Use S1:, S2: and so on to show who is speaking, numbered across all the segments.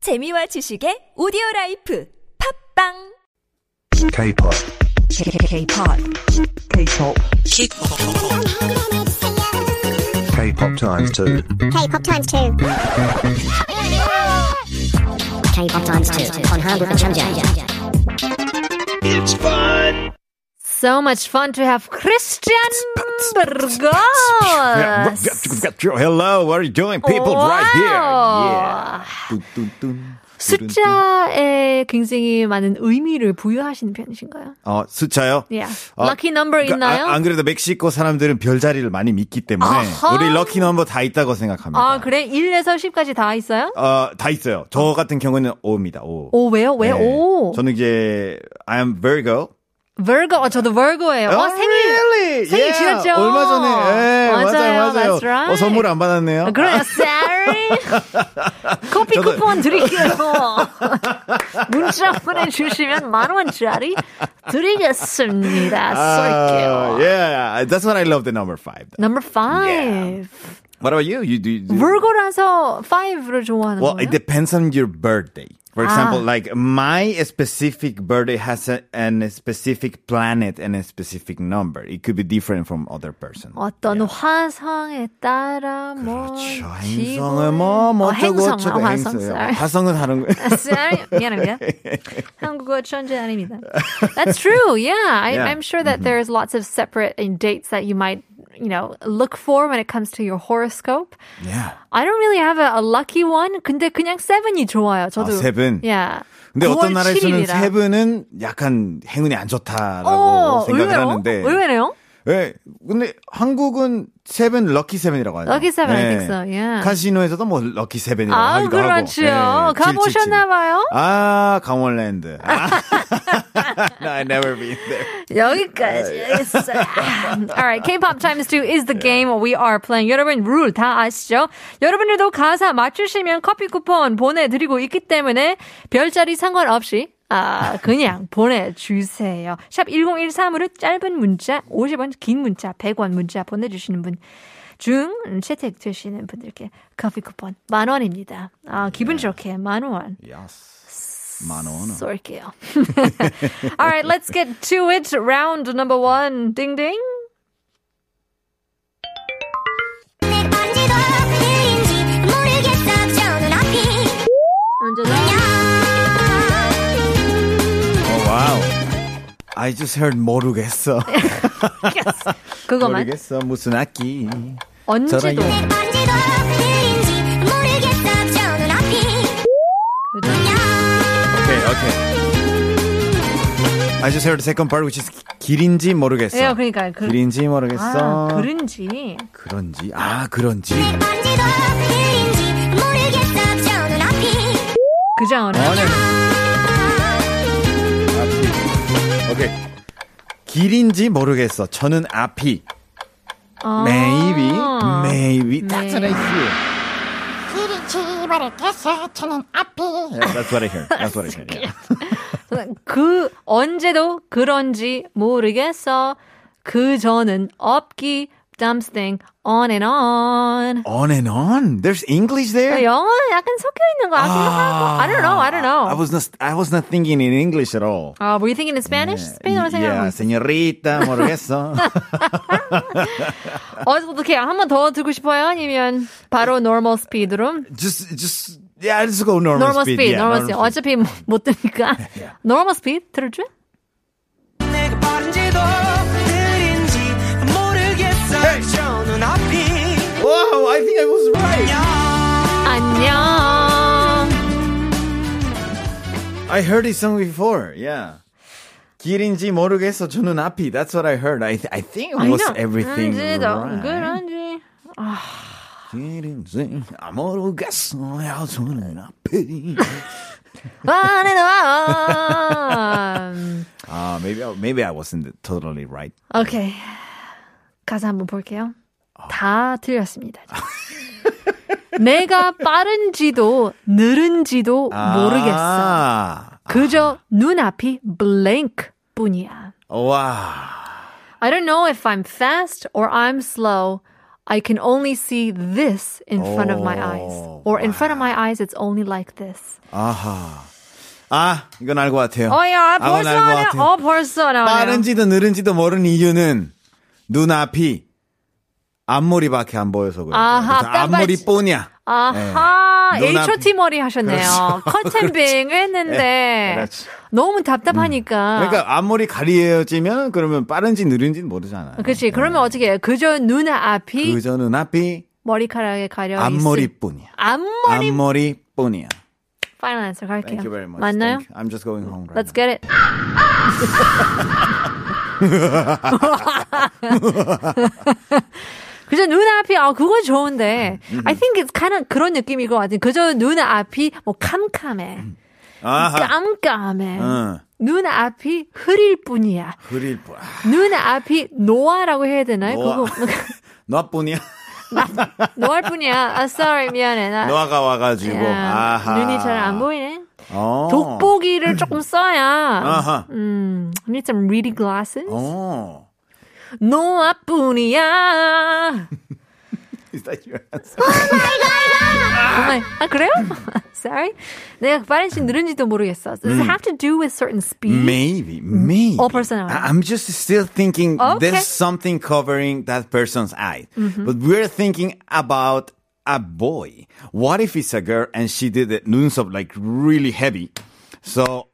S1: 재미와 지식의 오디오 라이프 팝빵
S2: K-pop.
S3: K-pop. K-pop.
S2: K-pop times two.
S4: K-pop times two. K-pop times two on Hamburger Channel.
S5: So much fun to have Christian Burgos. Uh,
S6: Hello, what are you doing, people? Right here.
S5: Wow.
S6: Yeah. Dun, dun, dun. dun, dun.
S5: 숫자에 굉장히 많은 의미를 부여하시는 편이신가요?
S6: 어, 숫자요?
S5: Yeah.
S6: 어,
S5: Lucky number
S6: 그러니까
S5: 예. 있나요?
S6: 아, 안 그래도 멕시코 사람들은 별자리를 많이 믿기 때문에
S5: 아하.
S6: 우리 럭키 넘버 다 있다고 생각합니다.
S5: 아, 그래? 1에서 10까지 다 있어요?
S6: 어, 다 있어요. 저 같은 경우는 5입니다. 5.
S5: 오, 왜요? 왜?
S6: 네.
S5: 오.
S6: 저는 이제 I am Virgo.
S5: Virgo. 어, 저도 Virgo예요. 어,
S6: Oh,
S5: 생일.
S6: really?
S5: 생일
S6: Yeah.
S5: 지났죠?
S6: 얼마 전에. 예,
S5: 맞아요.
S6: 맞아요, 맞아요.
S5: That's right.
S6: 어, 선물 안 받았네요.
S5: 아, 그래요, sorry. 커피
S6: 저도-
S5: 쿠폰 드릴게요. 문자 보내주시면 만 원짜리 드리겠습니다. 쏠게요.
S6: 아, yeah, that's what I love the number five. though.
S5: Number five.
S6: What about you? You do. You do
S5: Virgo라서 5를 좋아하는
S6: Well,
S5: 거예요?
S6: it depends on your birthday. For example,
S5: Uh-huh. Ah.
S6: like my specific birthday has a, an a specific planet and a specific number. It could be different from other person.
S5: 어떤 화성에 따라 뭐
S6: 그렇죠.
S5: 지구에-
S6: 행성은 뭐뭐
S5: 어,
S6: 저거
S5: 행성,
S6: 저거
S5: 아, 화성,
S6: 행성. 뭐,
S5: sorry.
S6: 화성은 다른 거.
S5: Sorry. 미안합니다. 한국어 천재 아닙니다. That's true. Yeah, I,
S6: Yeah. Mm-hmm.
S5: I'm sure that there's lots of separate uh, dates that you might, you know, look for when it comes to your horoscope.
S6: yeah.
S5: I don't really have a, a lucky one. 근데 그냥 seven이 좋아요. 저도.
S6: seven.
S5: Yeah.
S6: 근데 어떤
S5: 9월
S6: 나라에서는
S5: 7일이라.
S6: 세븐은 약간 행운이 안 좋다라고
S5: 어,
S6: 생각을
S5: 의외로?
S6: 하는데.
S5: 의외네요.
S6: 예. 근데 한국은 세븐 럭키 세븐이라고 하죠.
S5: Lucky seven, I
S6: 예.
S5: think so, yeah.
S6: 카지노에서도 뭐 럭키 세븐이라고
S5: 아,
S6: 하기도
S5: 그렇지요.
S6: 하고. 예,
S5: 가보셨나
S6: 777.
S5: 봐요?
S6: 아, 강원랜드. 아. no, I never been there.
S5: 여기까지 하겠어요. 아, 예. Alright, K-pop times 2 is the game we are playing. 여러분 룰 다 아시죠? 여러분들도 가사 맞추시면 커피 쿠폰 보내드리고 있기 때문에 별자리 상관없이 아 그냥 보내주세요. 샵 1013으로 짧은 문자 50원, 긴 문자 100원 문자 보내주시는 분. 중 음, 채택되시는 분들께 커피 쿠폰 만 원입니다. 아 기분 좋게 만 원.
S6: Yes. 만원.
S5: 쏠게요. All right, let's get to it. Round number one. Ding ding.
S6: Oh, wow. I just heard 모르겠어.
S5: 네, 그거만.
S6: 모르겠어. 무슨 악기.
S5: 언제도.
S6: 저랑요. Okay, okay. I just heard the second part which is 길인지 모르겠어.
S5: 예, 그러니까 그
S6: 길인지
S5: 아,
S6: 모르겠어.
S5: 그런지.
S6: 그런지. 아, 그런지.
S5: 그 장어는
S6: 아니. 앞이. 오케이. 길인지 모르겠어. 저는 앞이.
S5: 어.
S6: Maybe, maybe. That's what I hear. Yeah, That's what I hear. That's what I hear. Yeah.
S5: 그 언제도 그런지 모르겠어. 그 저는 없기. Something on and on.
S6: On and on. There's English there. Ah.
S5: 영어 약간 섞여 있는 거 같기도 하고. I don't know. I don't know.
S6: 아. I was not. I was not thinking in English at all.
S5: 아, were you thinking in Spanish? 스페인어로 생각하고
S6: 네. yeah,
S5: 있어.
S6: señorita, 모르겠어.
S5: 어떻게 한 번 더 듣고 싶어요? 아니면 바로 normal speed로?
S6: just, just, yeah, just go normal,
S5: normal speed,
S6: Yeah,
S5: normal speed. 어차피 못, 못 듣니까 normal speed 들을줄?
S6: Wow, I think I was right.
S5: 안녕.
S6: I heard this song before. Yeah. 길인지 모르겠어 저는 앞이. That's what I heard. I, I think almost everything.
S5: 그런지도
S6: right.
S5: 그런지.
S6: 길인지 모르겠어요 저는 앞이.
S5: 와
S6: Ah, maybe I, maybe I wasn't totally right.
S5: 오케이. 가사 한번 볼게요. 다 틀렸습니다. 내가 빠른지도 느른지도
S6: 아.
S5: 모르겠어.
S6: Ah,
S5: 그저 눈앞이 blank 뿐이야.
S6: wow.
S5: I don't know if I'm fast or I'm slow. I can only see this in front of my eyes.
S6: Oh,
S5: Or in front of my eyes, it's only like this.
S6: 아하. 아, 이건 알것 같아요.
S5: 어, 야,
S6: 아, 이건
S5: 벌써
S6: 알것
S5: 하네.
S6: 같아요.
S5: 어, 벌써 나와요.
S6: 빠른지도 느른지도 모르는 이유는 눈앞이 앞머리밖에 안 보여서 그래요.
S5: 아하,
S6: 그래서 앞머리
S5: 깜빡이-
S6: 뽀냐.
S5: 아하,
S6: 네. 눈앞이-
S5: HOT 머리 하셨네요. 커튼뱅 했는데.
S6: 네, 그렇지.
S5: 너무 답답하니까.
S6: 그렇죠. 그러니까 앞머리 가려지면 그러면 빠른지 느른지는 모르잖아요.
S5: 그치. 그러면 어떻게 해요? 그저 눈앞이
S6: 음. 그저 눈앞이
S5: 머리카락에 가려 있을-
S6: 앞머리뿐이야.
S5: 앞머리.
S6: 앞머리뿐이야.
S5: Final answer 갈게요.
S6: Thank you very much.
S5: 맞나요?
S6: Thank you. I'm just going home right
S5: Let's get it. 그저 눈앞이 아 그거 좋은데 I think it's kind of 그런 느낌일 것 같아요. 그저 눈앞이 뭐 캄캄해,
S6: now. 아하.
S5: 깜깜해.
S6: 응.
S5: 눈앞이 흐릴 뿐이야.
S6: 그릴 뿐. 아,
S5: 눈앞이 노아라고 해야 되나요?
S6: 노아.
S5: 그거 뭐,
S6: 너뿐이야.
S5: 노알 뿐이야. 아 sorry 미안해. 나
S6: 너가 와가지고.
S5: 야,
S6: 아하.
S5: 눈이 잘 안 보이네.
S6: 어.
S5: 돋보기를 조금 써야.
S6: 아하.
S5: 음, I need some reading glasses.
S6: 어.
S5: 노아뿐이야.
S6: Is that your answer?
S5: 정말. 아, 그래요? Sorry. 내가 빠른지 느른지도 모르겠어. Does
S6: 음.
S5: it have to do with certain speed?
S6: Maybe, maybe.
S5: 음? 어, 벌써 나와요. 어,
S6: I- I'm just still thinking
S5: Okay.
S6: there's something covering that person's eye. But we're thinking about a boy. What if it's a girl and she did the 눈썹 like really heavy? So,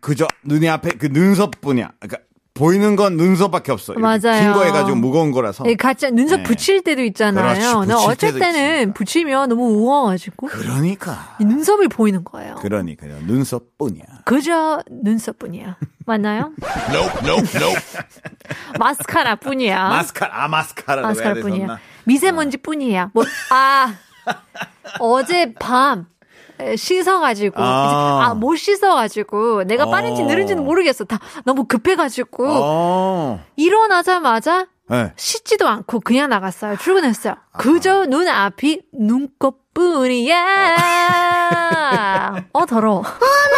S6: 그저 눈이 앞에 그 눈썹뿐이야. 그러니까 보이는 건 눈썹밖에 없어. 이렇게
S5: 맞아요.
S6: 긴거 해가지고 무거운 거라서.
S5: 예, 가짜 눈썹
S6: 네.
S5: 붙일 때도 있잖아요.
S6: 그렇지,
S5: 나
S6: 붙일
S5: 어쩔
S6: 때도
S5: 때는
S6: 있으니까.
S5: 붙이면 너무 우아가지고
S6: 그러니까.
S5: 이 눈썹이 보이는 거예요.
S6: 그러니, 그래. 눈썹뿐이야.
S5: 그저 눈썹뿐이야. 맞나요?
S6: Nope, nope, nope.
S5: 마스카라뿐이야.
S6: 마스카라, 아, 마스카라로 해야
S5: 마스카라뿐이야.
S6: 되었나? 어.
S5: 미세먼지뿐이야. 뭐, 아, 어젯밤 씻어가지고
S6: 아.
S5: 아 못 씻어가지고 내가 빠른지
S6: 어.
S5: 느른지는 모르겠어. 다 너무 급해가지고
S6: 어.
S5: 일어나자마자
S6: 네. 아.
S5: 씻지도 않고 그냥 나갔어요. 출근했어요. 그저 눈 앞이 눈꺼뿐이야. 어 더러워.
S4: Oh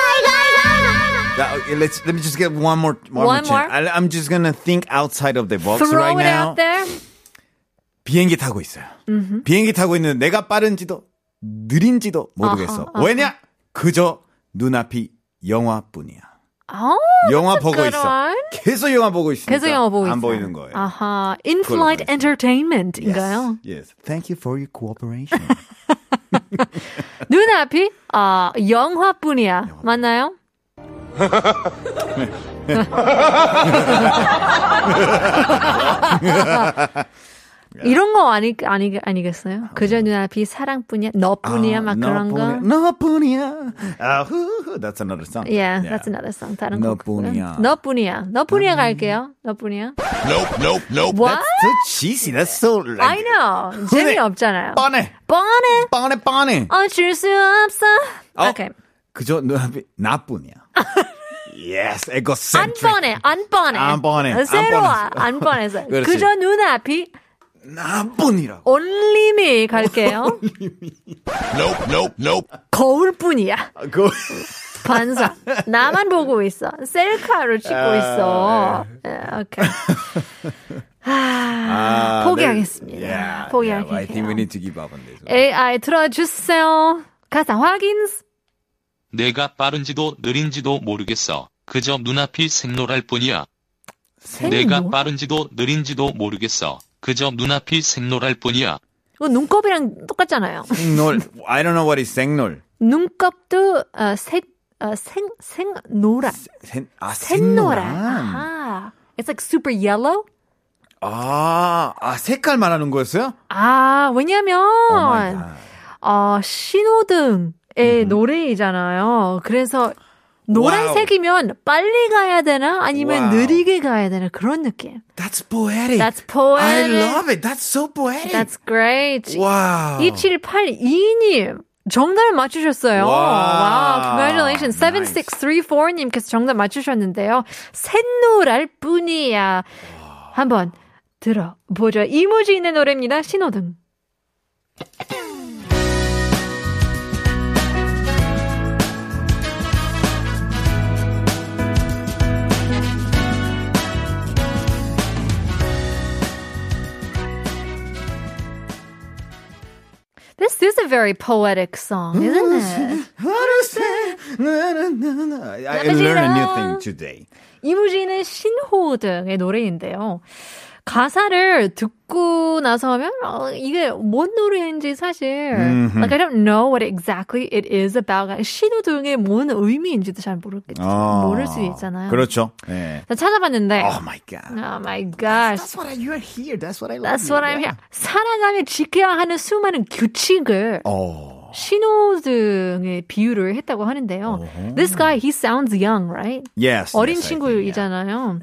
S6: Now, okay, let's let me just get one more one,
S5: One
S6: more. chance.
S5: more?
S6: I, I'm just gonna think outside of the box
S5: Throw
S6: right
S5: it
S6: now.
S5: out there. Mm-hmm.
S6: 비행기 타고 있어요. 비행기 타고 있는 내가 빠른지도
S5: 아,
S6: 느린지도 모르겠어. 왜냐? 그저 눈앞이 영화뿐이야.
S5: 아,
S6: 영화
S5: that's a
S6: 보고
S5: good
S6: 있어.
S5: one.
S6: 계속 영화 보고 있으니까
S5: 계속 영화 보고 있어요.
S6: 그러니까 안 보이는 거예요.
S5: 아하, in-flight
S6: 그걸 보고 있어요.
S5: entertainment인가요?
S6: Yes. yes. Thank you for your cooperation.
S5: 눈앞이 아 영화뿐이야. 맞나요? 네. 이런 거 아니 아니 네. 아니겠어요? 그저 눈앞이 사랑뿐이야, 너뿐이야, 음. 막 그런 거.
S6: 아, 너뿐이야. 아, 후후. That's another song.
S5: Yeah, that's another song. 예, 다른 곡.
S6: 너뿐이야.
S5: 너뿐이야. 너뿐이야 갈게요. 너뿐이야.
S6: Nope, nope, nope.
S5: What?
S6: That's so cheesy. That's so like
S5: I know. 재미 없잖아요.
S6: 뻔해.
S5: 뻔해.
S6: 뻔해 뻔해.
S5: 어쩔 수 없어.
S6: 어.
S5: Okay.
S6: 그저 눈앞이 나뿐이야. yes,
S5: 안
S6: egocentric.
S5: 뻔해, 안 뻔해.
S6: 안 뻔해, 안
S5: 새로워,
S6: 뻔했어.
S5: 안 뻔해서.
S6: 그렇지.
S5: 그저 눈앞이 어.
S6: 나뿐이라고.
S5: only me 갈게요.
S6: Nope, nope, nope.
S5: 거울뿐이야.
S6: 그
S5: 반사. 나만 보고 있어. 셀카로 찍고
S6: 아,
S5: 있어.
S6: 네.
S5: 예, 오케이. 아, 포기하겠습니다.
S6: 네. Yeah,
S5: 포기할게요.
S6: yeah, I think we need to give up on this. one.
S5: AI 틀어주세요. 가사 확인.
S7: 내가 빠른지도 느린지도 모르겠어. 그저 눈앞이 생노랄 뿐이야. 내가
S5: 뭐?
S7: 빠른지도 느린지도 모르겠어. 그저 눈앞이 생노랄 뿐이야.
S5: 이거 눈곱이랑 똑같잖아요.
S6: 생놀. I don't know what is 생놀.
S5: 눈곱도 어, 색, 어, 생, 생, 노란.
S6: 생,
S5: 샛노란.
S6: 아, 생노란.
S5: 아하. It's like super yellow.
S6: 아, 아, 색깔 말하는 거였어요?
S5: 아,
S6: Oh my
S5: 왜냐면,
S6: God.
S5: 어, 신호등의 노래이잖아요. 그래서, 노란색이면 빨리 가야 되나? 아니면
S6: 와우.
S5: 느리게 가야 되나? 그런 느낌.
S6: That's poetic.
S5: That's poetic.
S6: I love it. That's so poetic.
S5: That's great.
S6: wow.
S5: 2782님. 정답을 맞추셨어요.
S6: 와우.
S5: 와우, congratulations.
S6: Nice.
S5: 7634님께서 정답 맞추셨는데요. 샛노랄 뿐이야. 한번 들어보죠. 이모지 있는 노래입니다. 신호등. is a very poetic
S6: 음,
S5: song, isn't it?
S6: I I learned a new thing today.
S5: 이무진의 신호 등의 노래인데요. 가사를 듣고 나서 하면 어, 이게 뭔 노래인지 사실 like I don't know what exactly it is about. 그러니까 신호 등의 뭔 의미인지도 잘 모르겠
S6: 아,
S5: 모를 수 있잖아요.
S6: 그렇죠. 예.
S5: 자, 찾아봤는데
S6: Oh my god.
S5: Oh my gosh.
S6: That's what I, you're here. That's what I love.
S5: That's what I'm here. 살아가며 지켜야 하는 수많은 규칙을
S6: Oh.
S5: 신호등에 비유를 했다고 하는데요. This guy, he sounds young, right?
S6: Yes.
S5: 어린
S6: yes, I think, yeah.
S5: 친구이잖아요.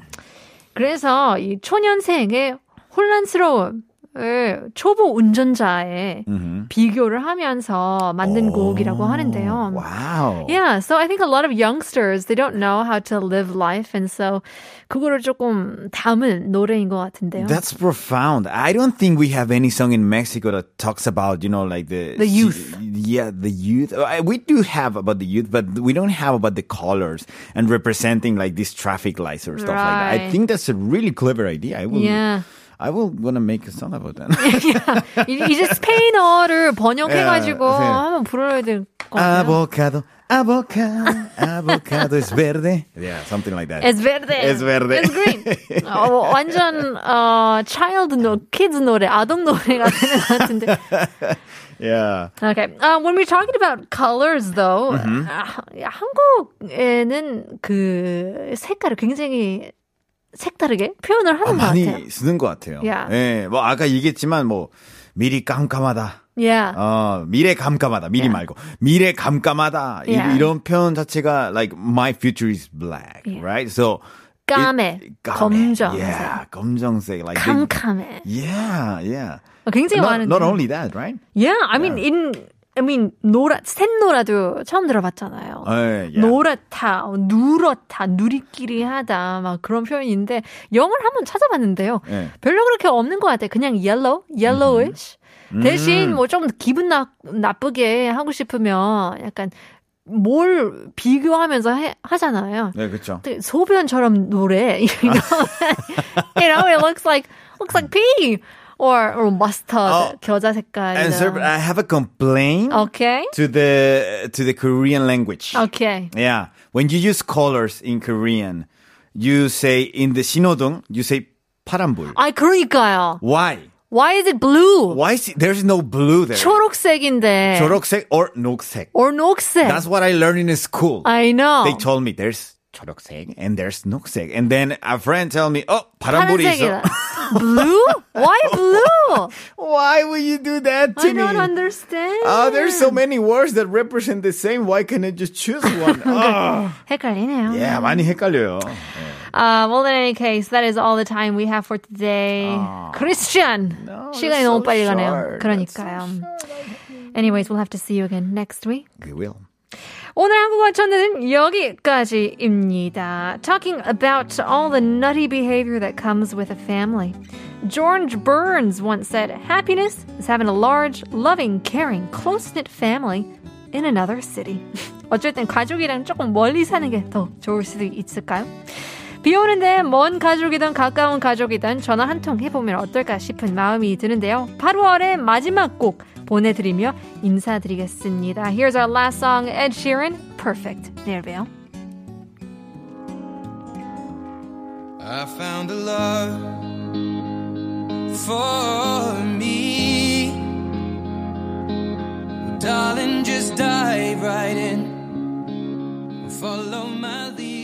S5: 그래서 이 초년생의 혼란스러움을 초보 운전자에 비교를 하면서 만든 곡이라고 하는데요.
S6: Wow.
S5: Yeah, so I think a lot of youngsters they don't know how to live life, and so 그거를 조금 담은 노래인 것 같은데요.
S6: That's profound. I don't think we have any song in Mexico that talks about, you know, like the
S5: The youth.
S6: Yeah, the youth. Uh, I- We do have about the youth, but we don't have about the colors and representing like these traffic lights or stuff like that. I
S5: Right.
S6: think that's a really clever idea. I will.
S5: Yeah.
S6: I will want to make a song about that.
S5: 이- 이제 스페인어를 번역해가지고
S6: 네.
S5: 한번 불러야 될 것 같아요.
S6: avocado, avocado, avocado es verde. Yeah, something like that.
S5: It's verde.
S6: Es verde.
S5: It's green. 어, 완전 어, child 노, kids 노래, 아동 노래가 되는 것 같은데.
S6: yeah.
S5: Okay. Uh, when we're talking about colors, though,
S6: Mm-hmm.
S5: 아, 한국에는 그 색깔을 굉장히 색다르게 표현을 하는 것
S6: 어, 많이
S5: 뭐 같아요.
S6: 쓰는 것 같아요.
S5: Yeah.
S6: 예, 뭐 아까 얘기했지만 뭐 미리 깜깜하다.
S5: Yeah.
S6: 어, 미래 감감하다. 미리
S5: Yeah.
S6: 말고. 미래 감감하다. 이-
S5: Yeah.
S6: 이런 표현 자체가 like my future is black, right? So
S5: 까매,
S6: it-
S5: 검정색.
S6: Yeah, 검정색 like they-
S5: 캄캄해. 어,
S6: Yeah, yeah.
S5: 굉장히
S6: Not,
S5: 많은데.
S6: not only that, right?
S5: Yeah, I mean in I mean 노라 샛노라도 처음 들어봤잖아요.
S6: 예, 예.
S5: 노랗다, 어, 누렇다, 누리끼리하다 막 그런 표현인데 영어를 한번 찾아봤는데요.
S6: 예.
S5: 별로 그렇게 없는 것 같아요. 그냥 yellow, yellowish.
S6: 음.
S5: 대신 뭐 좀 기분 나, 나쁘게 하고 싶으면 약간 뭘 비교하면서 해- 하잖아요.
S6: 네, 그렇죠.
S5: 되게 소변처럼 노래. You know? you know, it looks like looks like pee or or mustard
S6: Oh.
S5: 겨자 색깔.
S6: And sir, I have a complaint
S5: Okay.
S6: to the to the Korean language.
S5: Okay.
S6: Yeah. When you use colors in Korean, you say in the 신호등, you say 파란불.
S5: 아 그러니까요.
S6: Why?
S5: Why is it blue?
S6: Why is it- there's no blue there?
S5: 초록색인데.
S6: 초록색 or 녹색.
S5: or 녹색.
S6: That's what I learned in school.
S5: I know.
S6: They told me there's 초록색 and there's 녹색. And then a friend tell me, oh, 파란불이
S5: 파란색이다.
S6: 있어.
S5: blue? Why blue?
S6: Why will you do that to
S5: I
S6: me?
S5: don't understand.
S6: Oh, there's so many words that represent the same. Why can't I just choose one? oh.
S5: 헷갈리네요.
S6: Yeah, 많이 헷갈려요.
S5: Uh, well, in any case, that is all the time we have for today. Christian! 시간이
S6: that's
S5: 너무
S6: so
S5: 빨리 가네요.
S6: short.
S5: 그러니까요. Anyways, we'll have to see you again next week.
S6: We will.
S5: 오늘 한국어 천재는 여기까지입니다. Talking about all the nutty behavior that comes with a family. George Burns once said, Happiness is having a large, loving, caring, close-knit family in another city. 어쨌든 가족이랑 조금 멀리 사는 게 더 좋을 수도 있을까요? 비 오는데 먼 가족이든 가까운 가족이든 전화 한 통 해보면 어떨까 싶은 마음이 드는데요. 8월의 마지막 곡 보내드리며 인사드리겠습니다. Here's our last song, Ed Sheeran, Perfect. 내일 봬요.
S8: I found a love for me. Darling, just dive right in. Follow my lead.